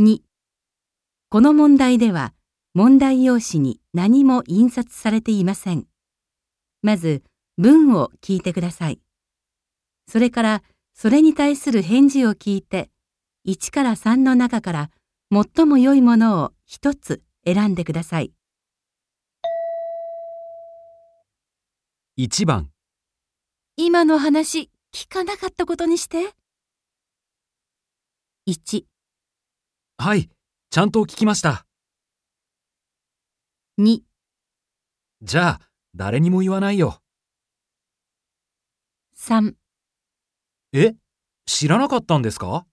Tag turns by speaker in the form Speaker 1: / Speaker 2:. Speaker 1: 2この問題では問題用紙に何も印刷されていません。まず文を聞いてください。それからそれに対する返事を聞いて1から3の中から最も良いものを1つ選んでください。
Speaker 2: 1番、
Speaker 1: 今の話聞かなかったことにして。1、
Speaker 2: はい、ちゃんと聞きました。
Speaker 1: 2、
Speaker 2: じゃあ、誰にも言わないよ。
Speaker 1: 3
Speaker 2: え知らなかったんですか